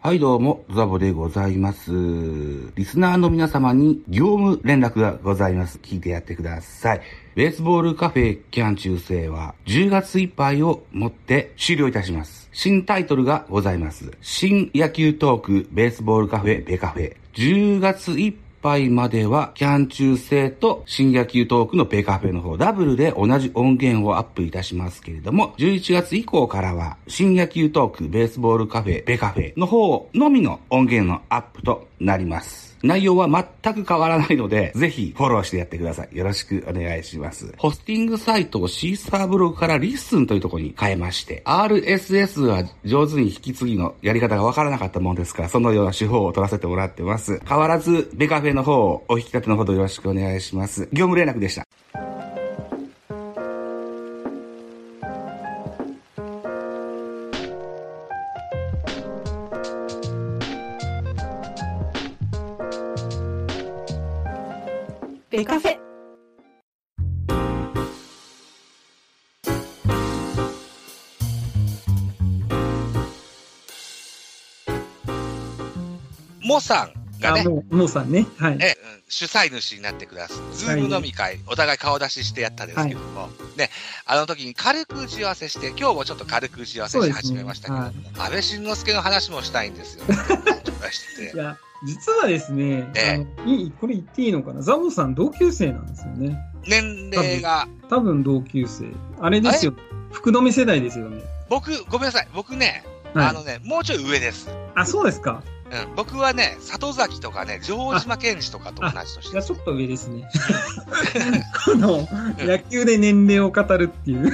はいどうも、ザボでございます。リスナーの皆様に業務連絡がございます。聞いてやってください。ベースボールカフェキャン中世は10月いっぱいをもって終了いたします。新タイトルがございます。新野球トークベースボールカフェベカフェ。10月いっぱい杯までは、キャン中制と新野球トークのペカフェの方、ダブルで同じ音源をアップいたしますけれども、11月以降からは、新野球トーク、ベースボールカフェ、ペカフェの方のみの音源のアップとなります。内容は全く変わらないので、ぜひフォローしてやってください。よろしくお願いします。ホスティングサイトをシーサーブログからリッスンというところに変えまして、RSS は上手に引き継ぎのやり方がわからなかったもんですから、そのような手法を取らせてもらってます。変わらず、ベカフェの方をお引き立てのほどよろしくお願いします。業務連絡でした。ベカフェモさんがあ、ね、もう、もうさんね。はい。ねうん主催主になってください。ズーム飲み会、お互い顔出ししてやったんですけども、ね、あの時に軽く打ち合わせして、今日もちょっと軽く打ち合わせして始めましたけども、そう安倍晋之助の話もしたいんですよ。していてや、実はですね、えあのいい、これ言っていいのかな。ザボさん同級生なんですよね。年齢が、多分同級生。あれですよ。福留世代ですよね。僕、ごめんなさい、僕ね、はい。あのね、もうちょい上です。あ、そうですか。うん、僕はね、里崎とかね、城島健二とかと同じ年じゃであちすょ。っと上ですね。 この、野球で年齢を語るっていう。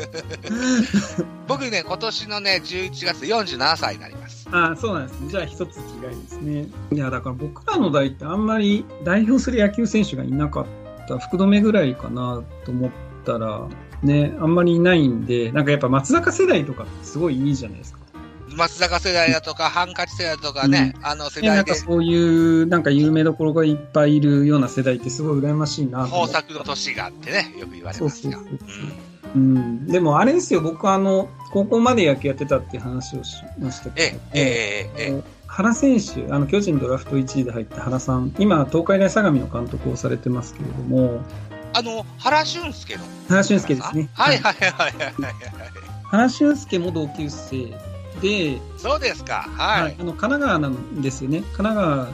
僕ね、今年のね、11月で47歳になります。あ、そうなんですね。じゃあ一つ違いですね。いや、だから僕らの代ってあんまり代表する野球選手がいなかった、福留ぐらいかなと思ったら、ね、あんまりいないんで、なんかやっぱ松坂世代とかってすごいいいじゃないですか。松坂世代だとか、ハンカチ世代だとかね、あの世ね、な代んかでそういう、なんか有名どころがいっぱいいるような世代ってすごい羨ましいなと思豊って。作の年があってね、よく言われそうますそうが。そううんうん、でもあれですよ、僕はあの、高校まで野球やってたっていう話をしましたえけど、え、ええ、ええ、原選手、あの巨人ドラフト1位で入った原さん、今、東海大相模の監督をされてますけれども、あの、原俊介の。原俊介ですね。はいはいはいはいはい。原俊介も同級生で、そうですか。はいはい。あの神奈川なんですよね。神奈川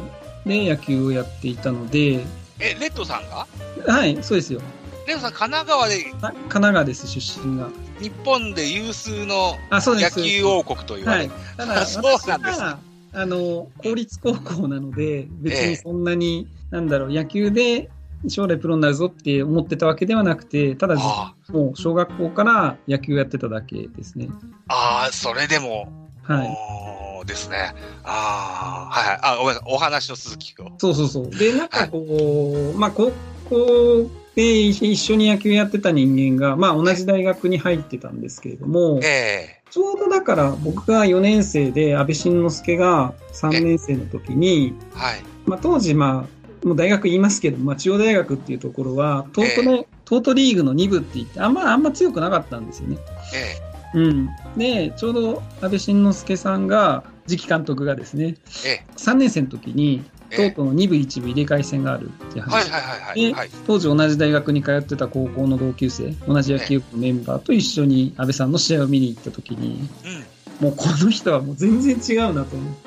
で野球をやっていたので、え、レッドさんがはい、そうですよ。レッドさん、神奈川であ神奈川です、出身が。日本で有数のあ、そうで野す。球王国と言わはれいる。。た だ、そう私なんですは、あの、公立高校なので、別にそんなに、なんだろう、野球で将来プロになるぞって思ってたわけではなくて、ただ、あもう小学校から野球やってただけですね。あ、ああそれでも、はい。おーですね。ああ、はいはい。あ、ごめんなさい。お話の続きを。そうそうそう。で、なんかこう、まあ、高校で一緒に野球やってた人間が、まあ、同じ大学に入ってたんですけれども、えちょうどだから僕が4年生で、安倍晋之助が3年生の時に、えはい。まあ、当時、まあ、もう大学言いますけど、まあ、中央大学っていうところは、東都の、東都リーグの2部って言って、あんま、あんま強くなかったんですよね。えうん。で、ちょうど安倍晋之助さんが、次期監督がですね、え、え3年生の時に、え、え東え。都の2部1部入れ替え戦があるっていう話。はいはいはいはい。はい。当時同じ大学に通ってた高校の同級生、同じ野球部のメンバーと一緒に安倍さんの試合を見に行った時に、うん。もうこの人はもう全然違うなと思って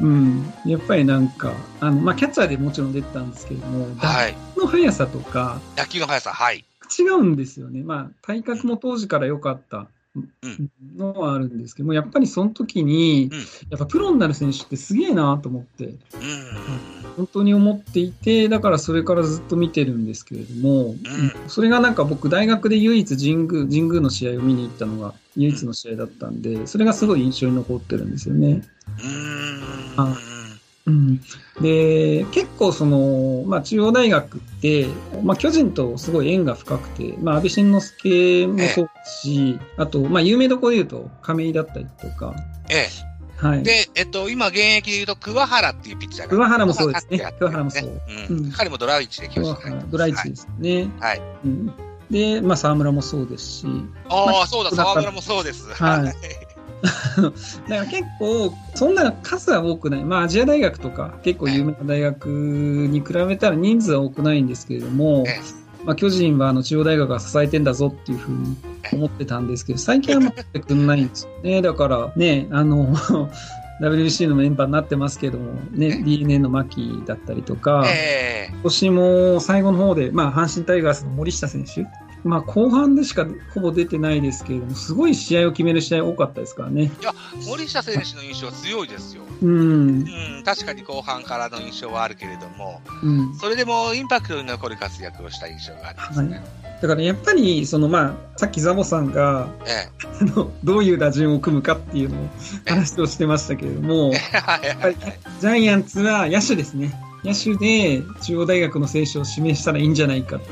うんうんうん。うん、やっぱりなんかあの、まあ、キャッチャーでもちろん出てたんですけども、打はい。球の速さとか野球の速さ、はい。違うんですよね、まあ、体格も当時から良かったんのはあるんですけども、やっぱりその時に、うんやっぱプロになる選手ってすげえなと思って、うんうんうん。本当に思っていて、だからそれからずっと見てるんですけれども、うそれがなんか僕、大学で唯一神宮、神宮の試合を見に行ったのが唯一の試合だったんで、それがすごい印象に残ってるんですよね。うーんあうん、で結構その、まあ、中央大学って、まあ、巨人とすごい縁が深くて、まあ、安倍晋之助もそうだし、あと、まあ、有名どころで言うと亀井だったりとか、えはえ。い、で、えっと、今、現役で言うと、桑原っていうピッチャーが。桑原もそうですね桑原ってやってるんですね桑原もそう。ううんん彼もドライチで来ま桑した原ドライチですね、はいうんで、まあ、沢村もそうですし、あまあ、そうだ、桑原沢 村もそうです。。はいだから結構、そんな数は多くない。まあ、アジア大学とか、結構有名な大学に比べたら人数は多くないんですけれども、えまあ、巨人はあの中央大学が支えてんだぞっていうふうに思ってたんですけど、最近は持ってくんないんですよね。 だからね、あの、WBC のメンバーになってますけども、ね、DNA の牧だったりとか、ええ今年も最後の方で、まあ、阪神タイガースの森下選手、まあ、後半でしかほぼ出てないですけれども、すごい試合を決める試合多かったですからね。森下選手の印象は強いですよ。うん、うん、確かに後半からの印象はあるけれども、うん。それでもインパクトに残る活躍をした印象がありますね。だからやっぱり、そのまあ、さっきザボさんが、えあのどういう打順を組むかっていうのを話をしてましたけれども、えはいはいはいジャイアンツは野手ですね。野手で中央大学の選手を指名したらいいんじゃないかってい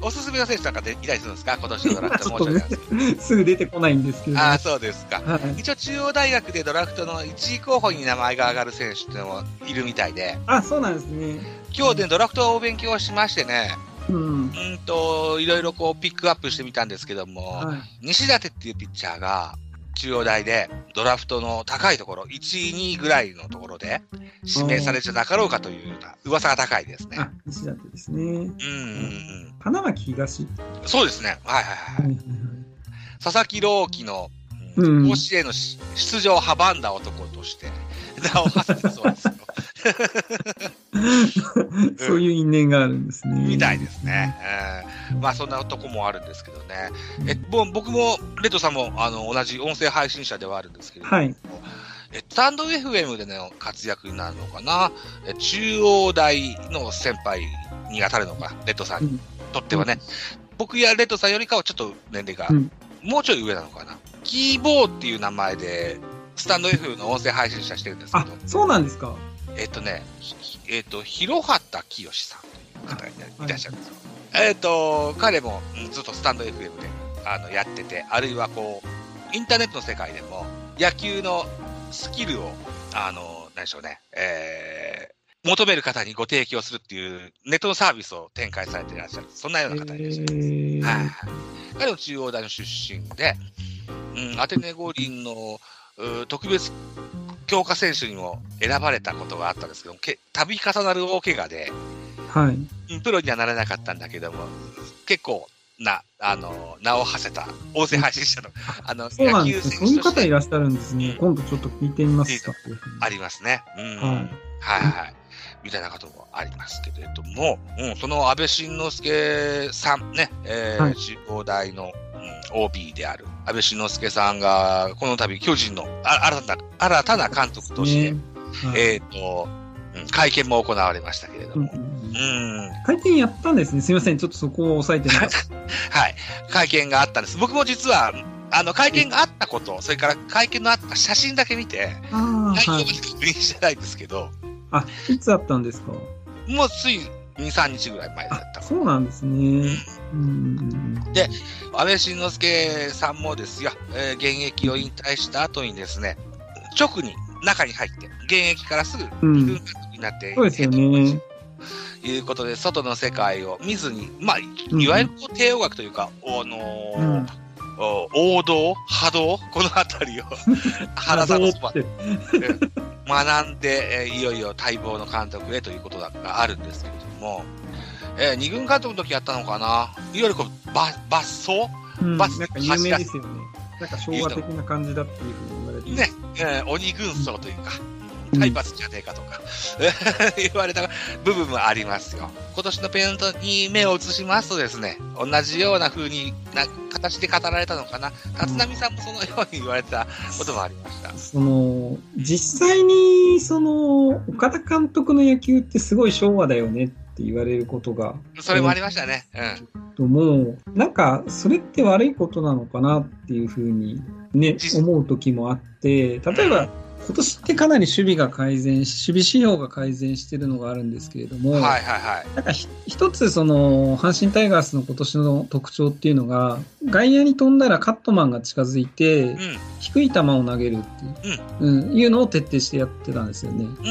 おすすめの選手なんかでいたりするんですか今年のドラフトちょもうっとちょいなんですう、すぐ出てこないんですけけれどども。ああ、はそうですか。い、一応中央大学でドラフトの1位候補に名前が上がる選手っていうのもいるみたいで、あ、そうなんですね。今日でドラフトをお勉強しましてね、うんう。ーんと、いろいろこうピックアップしてみたんですけども、はい。西舘っていうピッチャーが、中央大でドラフトの高いところ、1位、2位ぐらいのところで指名されちゃなかろうかというような噂が高いですね。あ、西舘ですね。うんうん花巻東。うん、そうですね。はいはいはい。佐々木朗希の、う、うんん甲子園のし出場を阻んだ男として、名を馳せたそうですよ。 そういう因縁があるんですね。みたいですね。うんまあそんな男もあるんですけどね。えもう僕もレッドさんもあの同じ音声配信者ではあるんですけれども、はいえスタンド FM での活躍になるのかな、え中央大の先輩に当たるのか、レッドさんにとってはね、僕やレッドさんよりかはちょっと年齢が、うんもうちょい上なのかな。キーボーっていう名前で、スタンド FM の音声配信者してるんですけあど、、そうなんですか。えっとね、ひひえっと、広畑清さんという方がいらいらっしゃるんですよ。えっと、彼もうんずっとスタンド FM であのやってて、あるいはこう、インターネットの世界でも、野球のスキルを、あの、何でしょうね、えー求める方にご提供するっていうネットのサービスを展開されていらっしゃる、そんなような方いらっしゃいます。えーはい、彼も中央大の出身で、うん、アテネ五輪のう特別強化選手にも選ばれたことがあったんですけどけ度重なる大怪我ではい。うんプロにはなれなかったんだけども結構なあの名を馳せた音声配信者のあのそうな野ん球ですね。選そう手いうとし方いてらっしゃるんですね。今度ちょっと聞いてみますか。ありますね。うんはいはいはい。みたいなこともありますけれども、うん、その安倍晋之助さんね、えーはい中央大の、うん、OB である安倍晋之助さんが、この度巨人のあ新たな新たな監督として、ねはいえっ、と、うん会見も行われましたけれどうんうも、うんん、会見やったんですね。すみません。ちょっとそこを押さえてなかっ はい、会見があったんです。僕も実は、あの、会見があったこと、それから会見のあった写真だけ見て、た。あ内容あ、ははい確。認してないんですけど、あ、いつあったんですか。もうつい2、3日ぐらい前だっあたか、なそうなんですね。うん。安倍晋之助さんもですよ、えー現役を引退した後にですね、直に中に入って、現役からすぐうん二軍監督になって、そうですよね。ということで、外の世界を見ずに、まあ、いうんいわゆるこう帝王学というか、あのーうんお王道、波動、この辺り を原さんのそばあどうでって学んで、えーいよいよ待望の監督へということがあるんですけれども、えー二軍監督の時やったのかな、いわゆるこうば抜走うんバなスんか有名ですよね。なんか昭和的な感じだっていうふうに言われね、て。えー鬼軍曹というか、うん体罰じゃねえかとか、言われた部分もありますよ。今年のペイントに目を移しますとですね、同じような風にな形で語られたのかな、立浪さんもそのように言われたこともありました。その、実際に、その、岡田監督の野球ってすごい昭和だよねって言われることが、それもありましたね。うん。ともう、なんか、それって悪いことなのかなっていうふうにね実、思う時もあって、例えば、今年ってかなり守備が改善し、守備仕様が改善してるのがあるんですけれども、はいはいはい。なんかひ一つその阪神タイガースの今年の特徴っていうのが外野に飛んだらカットマンが近づいてうん。低い球を投げるっていう,、うんいうのを徹底してやってたんですよね。うんうんう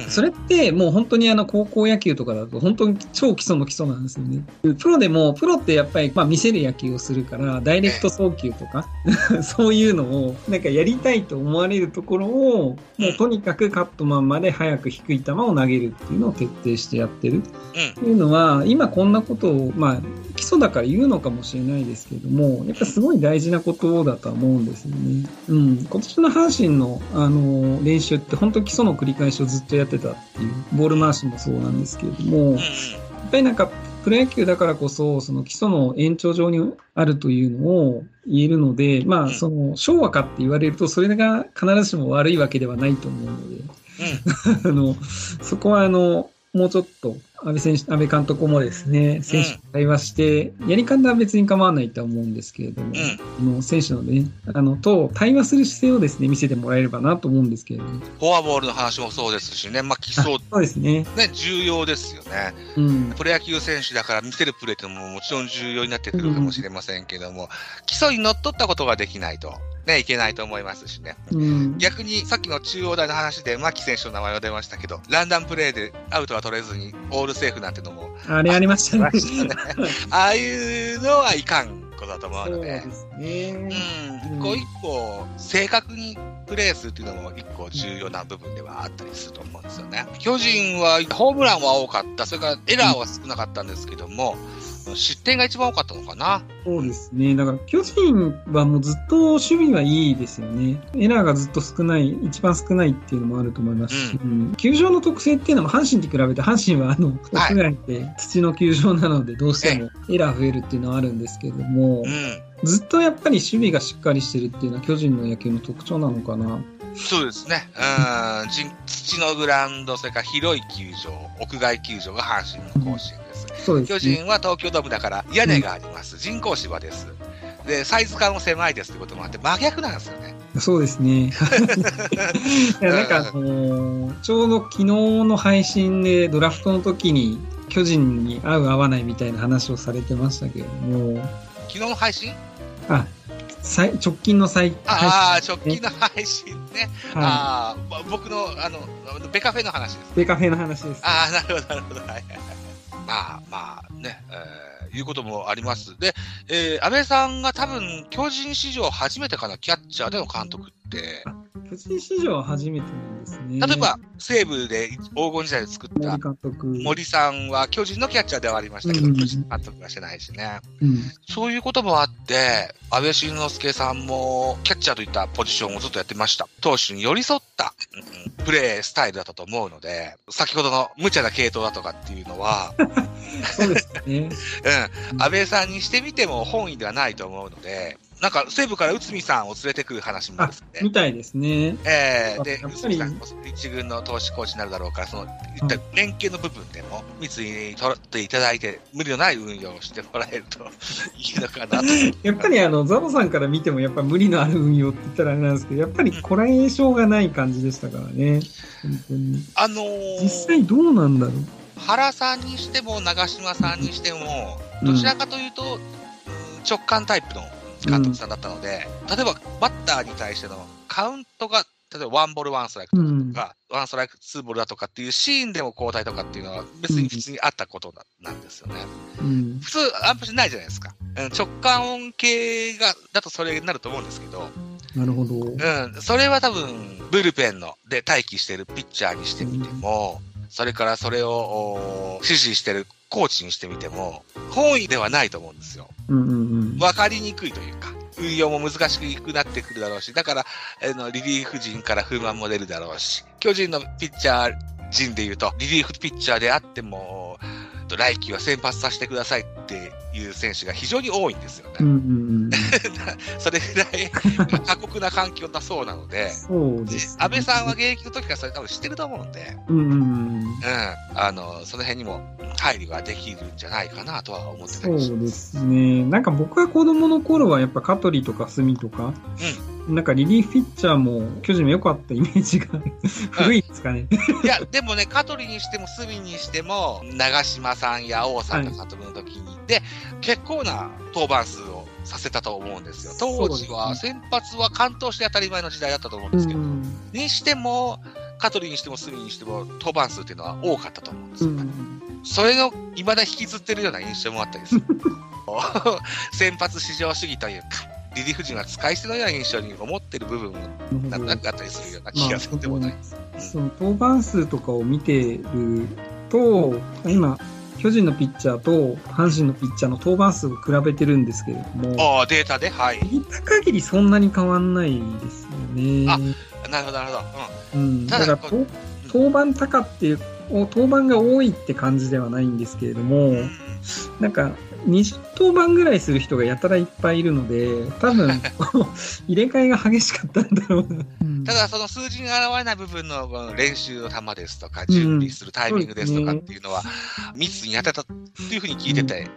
んうん。それってもう本当にあの高校野球とかだと本当に超基礎の基礎なんですよね。プロでもプロってやっぱりまあ見せる野球をするからダイレクト送球とか そういうのをなんかやりたいと思われるところをもうとにかくカットマンまで早く低い球を投げるっていうのを徹底してやってるうんっ。ていうのは今こんなことをまあ基礎だから言うのかもしれないですけれどもやっぱすごい大事なことだとは思うんですよね。うん、今年の阪神の、あの練習って本当に基礎の繰り返しをずっとやってたっていうボール回しもそうなんですけれどもうんやっぱりなんかプロ野球だからこそその基礎の延長上にあるというのを言えるのでまあその昭和かって言われるとそれが必ずしも悪いわけではないと思うので。うあの、そこはあの、もうちょっと、安倍選手、安倍監督もですね、選手と対話して、やり方は別に構わないとは思うんですけれども、ん。あの選手のね、あの、と対話する姿勢をですね、見せてもらえればなと思うんですけれども、うん。フォアボールの話もそうですしね。まあ、基礎、そうですね。ね、重要ですよね。うん。プロ野球選手だから見せるプレーってのももちろん重要になってくるかもしれませんけども、基礎にのっとったことができないと、ね、いけないと思いますしね。うん、逆にさっきの中央大の話で牧選手の名前が出ましたけど、ランダムプレーでアウトは取れずにオールセーフなんてのもあれありました出ねま。したね。ああいうのはいかんことだと思う そのうでで。すね。うん、一個一個正確にプレーするっていうのも一個重要な部分ではあったりすると思うんですよね。巨人はホームランは多かった、それからエラーは少なかったんですけども、失点が一番多かったのかな。そうですね。だから、巨人はもうずっと守備はいいですよね。エラーがずっと少ない、一番少ないっていうのもあると思いますし、うん球場の特性っていうのも阪神に比べて、阪神はあの、はい屋外で土の球場なので、どうしてもエラー増えるっていうのはあるんですけれどもう、ん、ずっとやっぱり守備がしっかりしてるっていうのは巨人の野球の特徴なのかな。そうですね。うん、じ土のグラウンド、それから広い球場、屋外球場が阪神の甲子園です。そうで巨すね。人は東京ドームだから屋根があります。人工芝です。で、サイズ感も狭いですってこともあって、真逆なんですよね。そうですね。 いやなんか、あのーちょうど昨日の配信でドラフトの時に巨人に合う合わないみたいな話をされてましたけれども、昨日の配信あ、最直近の最、ああ、直配信近の配信ね。ですねはああ、ま僕の、あの、ベカフェの話です。い。ベカフェの話です。ああ、 なるほど、なるほど。はいはいはい。まあ、まあ、ね、えーいうこともあります。で、えー安倍さんが多分、巨人史上初めてかな、キャッチャーでの監督って、巨人史上は初めてなんですね。例えば、西武で黄金時代で作った森監督。森さんは巨人のキャッチャーではありましたけうど、ん巨人監督はしてないしね。うん。そういうこともあって、安倍晋之助さんもキャッチャーといったポジションをずっとやってました。投手に寄り添った、うんうんプレースタイルだったと思うので、先ほどの無茶な系統だとかっていうのは、 うそうです ね。ん、安倍さんにしてみても本意ではないと思うので、なんか西部から内海さんを連れてくる話もですねみ。たいですね。えー、あで、やっぱり内海さんも一軍の投手コーチになるだろうから、その、いった連携の部分でも、三井に取っていただいて、無理のない運用をしてもらえると いいのかなと。やっぱりあの、ザボさんから見てもやっぱ無理のある運用って言ったらあれなんですけど、やっぱりこらえ性がない感じでしたからね。本当に。あのー実際どうなんだろう。原さんにしても長嶋さんにしてもうんどちらかというと、うん直感タイプの監督さんだったので、例えばバッターに対してのカウントが例えばワンボールワンストライクとうん。か、ワンストライクツーボールだとかっていうシーンでも交代とかっていうのは別に普通にあったことななんですよね。うん。普通あんまりないじゃないですか。うん直感系がだとそれになると思うんですけど、なるほど。うん、それは多分、ブルペンので待機してるピッチャーにしてみても、それからそれをおー指示してるコーチにしてみても、本意ではないと思うんですよ。うんうんわかりにくいというか、運用も難しくなってくるだろうし、だから、あのリリーフ陣から不満も出るだろうし、巨人のピッチャー陣でいうと、リリーフピッチャーであっても、来季は先発させてくださいっていう選手が非常に多いんですよね。うん。うんうんうん。それぐらい過酷な環境だそうなので、そうです、 安倍さんは、現役の時からそれ多分知ってると思うんで、うんうんうん。うん、あのその辺にも配慮ができるんじゃないかなとは思ってたそりしうですね。なんか僕が子供の頃はやっぱ香取とか隅とか、なんかリリーフピッチャーも巨人も良かったイメージが 古いですかね。いや、でもね、香取にしても、隅にしても、長嶋さんや王さんが監督の時に、で、結構な登板数をさせたと思うんですよ。当時は、そ先発は関東して当たり前の時代だったと思うんうですけど、んにしても、香取にしても、隅にしても、登板数っていうのは多かったと思うんですうよ。んそれの、いまだ引きずってるような印象もあったりする。 先発至上主義というか、リリーフ陣は使い捨てのような印象に思ってる部分も なくなるほなどかったりするような気がするでもない。その登板数とかを見てると、今、巨人のピッチャーと阪神のピッチャーの登板数を比べてるんですけれども、ああ、データで、はい。見た限りそんなに変わんないですよね。あなるほど、なるほど。うん。うん、ただだからと登板高っていう、お登板が多いって感じではないんですけれども、なんか、20登板ぐらいする人がやたらいっぱいいるので、多分、入れ替えが激しかったんだろうな。ただ、その数字に現れない部分のこの練習の球ですとか、準備するタイミングですとかっていうのは、密に当てたっていうふうに聞いてて、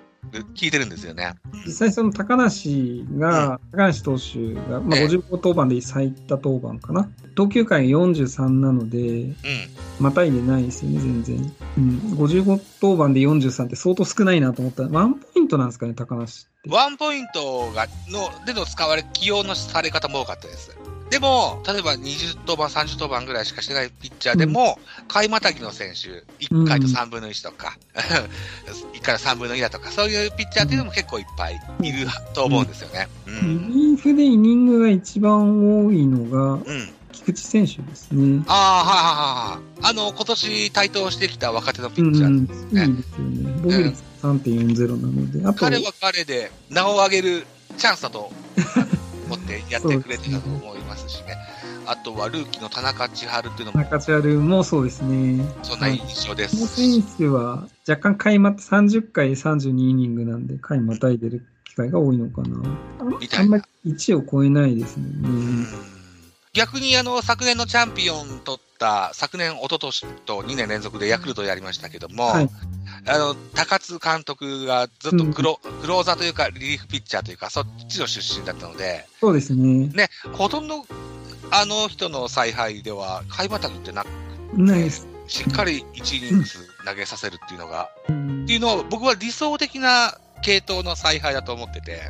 聞いてるんですよね。実際その高梨が、高梨投手が、まあ、ええ55登板で最多登板かな。投球回が43なので、うん。またいでないですよね、全然。うん、55登板で43って相当少ないなと思ったら、ワンポイントなんですかね、高梨って。ワンポイントがのでの使われ、起用のされ方も多かったです。でも、例えば20登板、30登板ぐらいしかしてないピッチャーでも、買いまたぎの選手、1回と3分の1とか、1から3分の2だとか、そういうピッチャーっていうのも結構いっぱいいると思うんですよね。うリん。リーフでイニングが一番多いのが、うん。菊池選手ですね。ああ、はいはいはいはい。あの、今年台頭してきた若手のピうッんチャー。うん、いいですよね。防御率3.40なので、あと、彼は彼で名を上げるチャンスだ と思ってやってくれてたと思いますしね。あとはルーキーの田中千春っていうのも中チャルもそうですね。そんな印象でこのす選し。手は若干回ま、30回32イニングなんで、回またいでる機会が多いのかな。みあたいんなまり1を超えないですもうんんね。逆にあの、昨年のチャンピオン取った、昨年、一昨年と2年連続でヤクルトやりましたけども、はいあの、高津監督がずっとクロ,、クローザーというか、リリーフピッチャーというか、そっちの出身だったので、そうですね。ね、ほとんどあの人の采配では、買いまたぎってなく、ないです。しっかり1イニングス投げさせるっていうのが、うんっていうのを僕は理想的な系統の采配だと思ってて、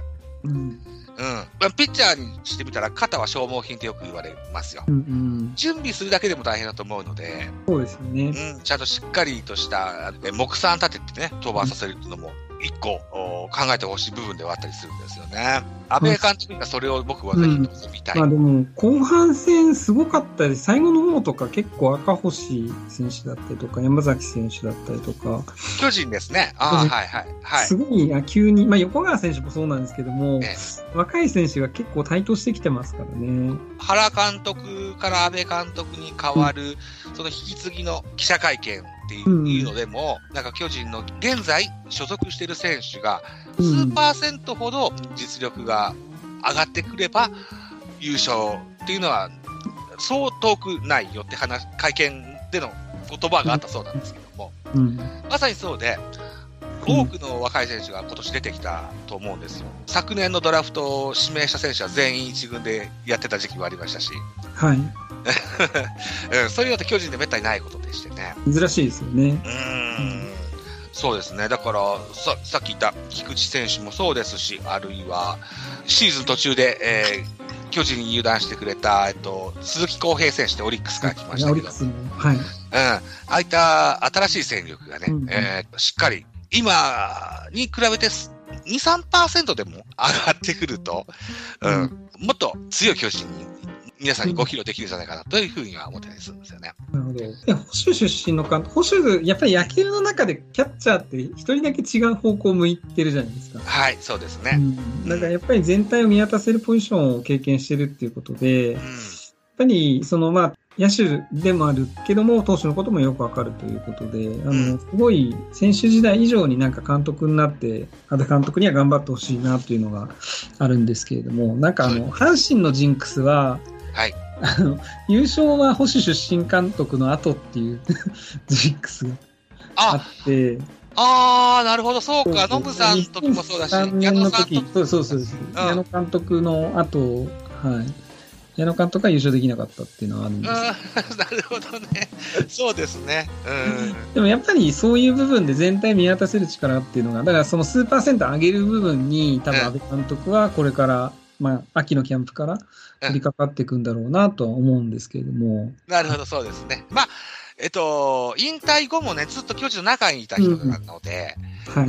うんうん。まあピッチャーにしてみたら、肩は消耗品ってよく言われますよう。んうん、準備するだけでも大変だと思うので、そうですよねう。ん、ちゃんとしっかりとしたえ目算立ててね、登板させるっていうのも、一個お考えてほしい部分ではあったりするんですよね。安倍監督がそれを僕はぜひ望みたい。まあでも、後半戦すごかったです。最後の方とか結構赤星選手だったりとか、山崎選手だったりとか、巨人ですね。ああ、はいはい。はい。すごい野球に、まあ、横川選手もそうなんですけども、え若い選手が結構台頭してきてますからね。原監督から安倍監督に変わる、その引き継ぎの記者会見っていうのでも、なんか巨人の現在所属している選手が、うん数パーセントほど実力が上がってくれば、優勝っていうのは、そう遠くないよって話、会見での言葉があったそうなんですけども、うん。まさにそうで、うん多くの若い選手が今年出てきたと思うんですよ。昨年のドラフトを指名した選手は全員一軍でやってた時期はありました し、はい。うん、そういうのって巨人でめったにないことでしてね。珍しいですよね。うーん。そうですね。だから、さ、さっき言った菊池選手もそうですし、あるいは、シーズン途中で、えー巨人に油断してくれた、えっと、鈴木康平選手ってオリックスから来ましたオけリッど、うクん。スの。はい。ああいった新しい戦力がね、うんえーしっかり、今に比べてす、2、3%でも上がってくると、うん、もっと強い巨人に、皆さんにご披露できるんじゃないかなというふうには思ったりするんですよね。なるほど。で、保守出身の監督、保守、やっぱり野球の中でキャッチャーって一人だけ違う方向を向いてるじゃないですか。はい、そうですうね。ん。だからやっぱり全体を見渡せるポジションを経験してるっていうことで、やっうぱり、そのまあ、野手でもあるけども、投手のこともよくわかるということで、あうんの、すごい選手時代以上になんか監督になって、あ監督には頑張ってほしいなというのがあるんですけれども、なんかあの、阪神のジンクスは、はいあの、優勝は保守出身監督の後っていう ジンクスがああ、って、あー、なるほど、そうか、ノムさんの時もそうだし、 2003矢野年のさんと時、そうそうそうそう、ん矢野監督の後、はい。矢野監督が優勝できなかったっていうのはあるんうん、 ですけどなるほどね。そうですね。うでもやっぱりそういう部分で全体見渡せる力っていうのが、だからその数パーセント上げる部分に、多分うん安倍監督はこれから、まあ、秋のキャンプから取り掛かっていくんだろうなとは思うんですけれども、ん。なるほど、そうですね。まあ、えっと、引退後もね、ずっと巨人の中にいた人なので、はい。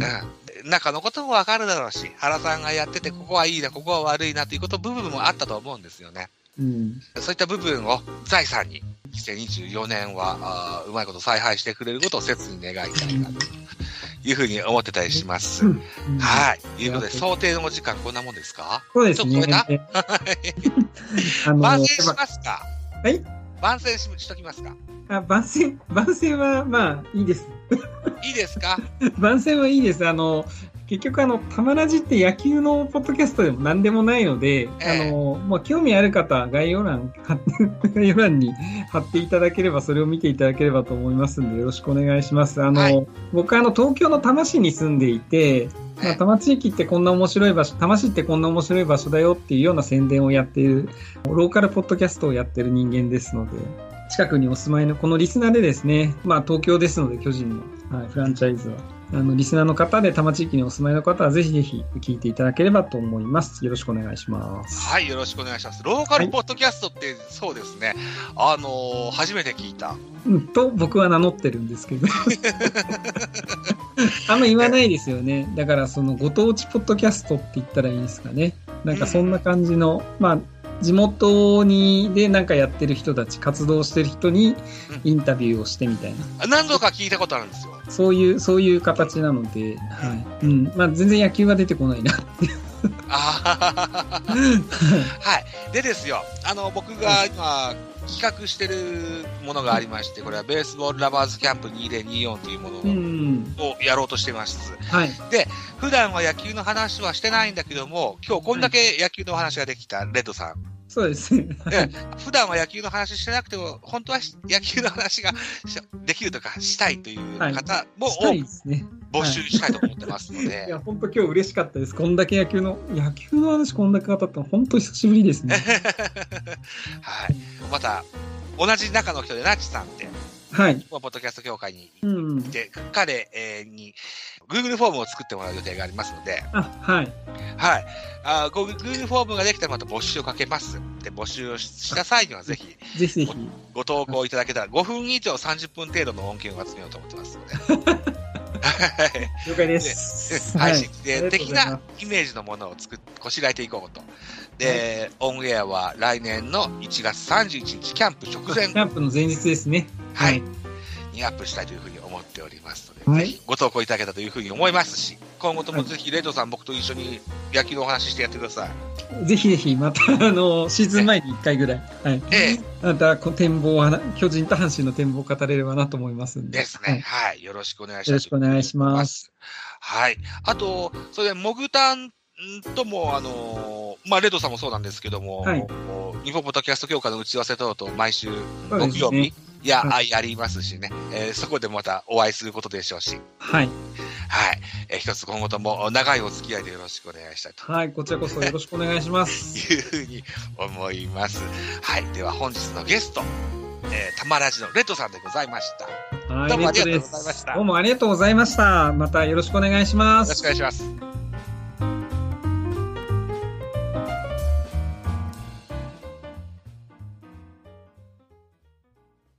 うん、中のこともわかるだろうし、原さんがやってて、ここはいいな、ここは悪いなということ、部分もあったと思うんですよね。うん。そういった部分を財産に、2024年は、あーうまいこと采配してくれることを切に願いたいな、というふうに思ってたりします。うんはい。ということで、想定のお時間、こんなもんですかそうですちょねっと超。 あの、番やっ宣しますかはい番宣ししときますかぱあ番宣、番宣は、まあ、いいです。いいですか 番宣はいいです。あの、結局、あの、たまらじって野球のポッドキャストでも何でもないのえで、えあの、もう興味ある方は概要欄、貼って概要欄に貼っていただければ、それを見ていただければと思いますんで、よろしくお願いします。あの、はい僕はあの、東京の多摩市に住んでいて、まあ、多摩地域ってこんな面白い場所、多摩市ってこんな面白い場所だよっていうような宣伝をやっている、ローカルポッドキャストをやってる人間ですので、近くにお住まいのこのリスナーでですね、まあ東京ですので巨人の、はい、フランチャイズは、あのリスナーの方で多摩地域にお住まいの方はぜひぜひ聞いていただければと思います。よろしくお願いします。はい、よろしくお願いします。ローカルポッドキャストって、そうですね。あのー初めて聞いた。うん、と僕は名乗ってるんですけ ど。あんま言わないですよね。だからそのご当地ポッドキャストって言ったらいいんですかね。なんかそんな感じの、まあ地元にでなんかやってる人たち、活動してる人にインタビューをしてみたいな。何度か聞いたことあるんですよ。そういう、そういう形なので、はい。うん。まあ、全然野球が出てこないな。あーはい。でですよ、あの、僕が今、企画してるものがありまして、これはベースボールラバーズキャンプ2024というものをん。をやろうとしてます。はい。普段は野球の話はしてないんだけども、今日こんだけ野球の話ができたレッドさん。そうですね。 普段は野球の話してなくても、本当はし野球の話がしできるとかしたいという方もしたをいですね。募集したいと思ってますのいでや、、本当今日嬉しかったです。こんだけ野球の、野球の話こんだけ語ったの、本当久しぶりですね。 はい。また、同じ中の人でナチさんって、はい。ポッドキャスト協会にう行ん。って、彼えーに Google フォームを作ってもらう予定がありますので、あ、はい。はい。あー、Google フォームができたらまた募集をかけます。で、募集をしした際にはぜひ、ぜひぜひ。ご投稿いただけたら5分以上30分程度の音源を集めようと思ってますの で。は了解でいす。配信で的ありがなイメージのものを作っこしらえていこうと。で、オンエアは来年の1月31日、キャンプ直前キャンプの前日ですね。はい。にアップしたいというふうに思っておりますので、はいぜひご投稿いただけたというふうに思いますし、今後ともぜひレッドさん、僕と一緒に野球のお話ししてやってください。ぜひぜひ、また、あの、シーズン前に1回ぐらい。はい。ええまた、こう展望はな、巨人と阪神の展望を語れればなと思いますんで。ですね。。はい。よろしくお願いします。よろしくお願いします。はい。あと、それで、モグタンとも、あのーまあ、レッドさんもそうなんですけども、はい日本ポッドキャスト協会の打ち合わせ等々、毎週そうです木ね曜日、いや、はあやりますしね、えーそこでまたお会いすることでしょうし、はい。はい。えー一つ今後とも長いお付き合いでよろしくお願いしたいとはい、こちらこそよろしくお願いします。 いうふうに思います。はい。では、本日のゲスト、えー、たまらじのレッドさんでございました。よはどうもレッドあでりがとうございましすたどうもありがとうございました。またよろしくお願いしろましくすお。願いします。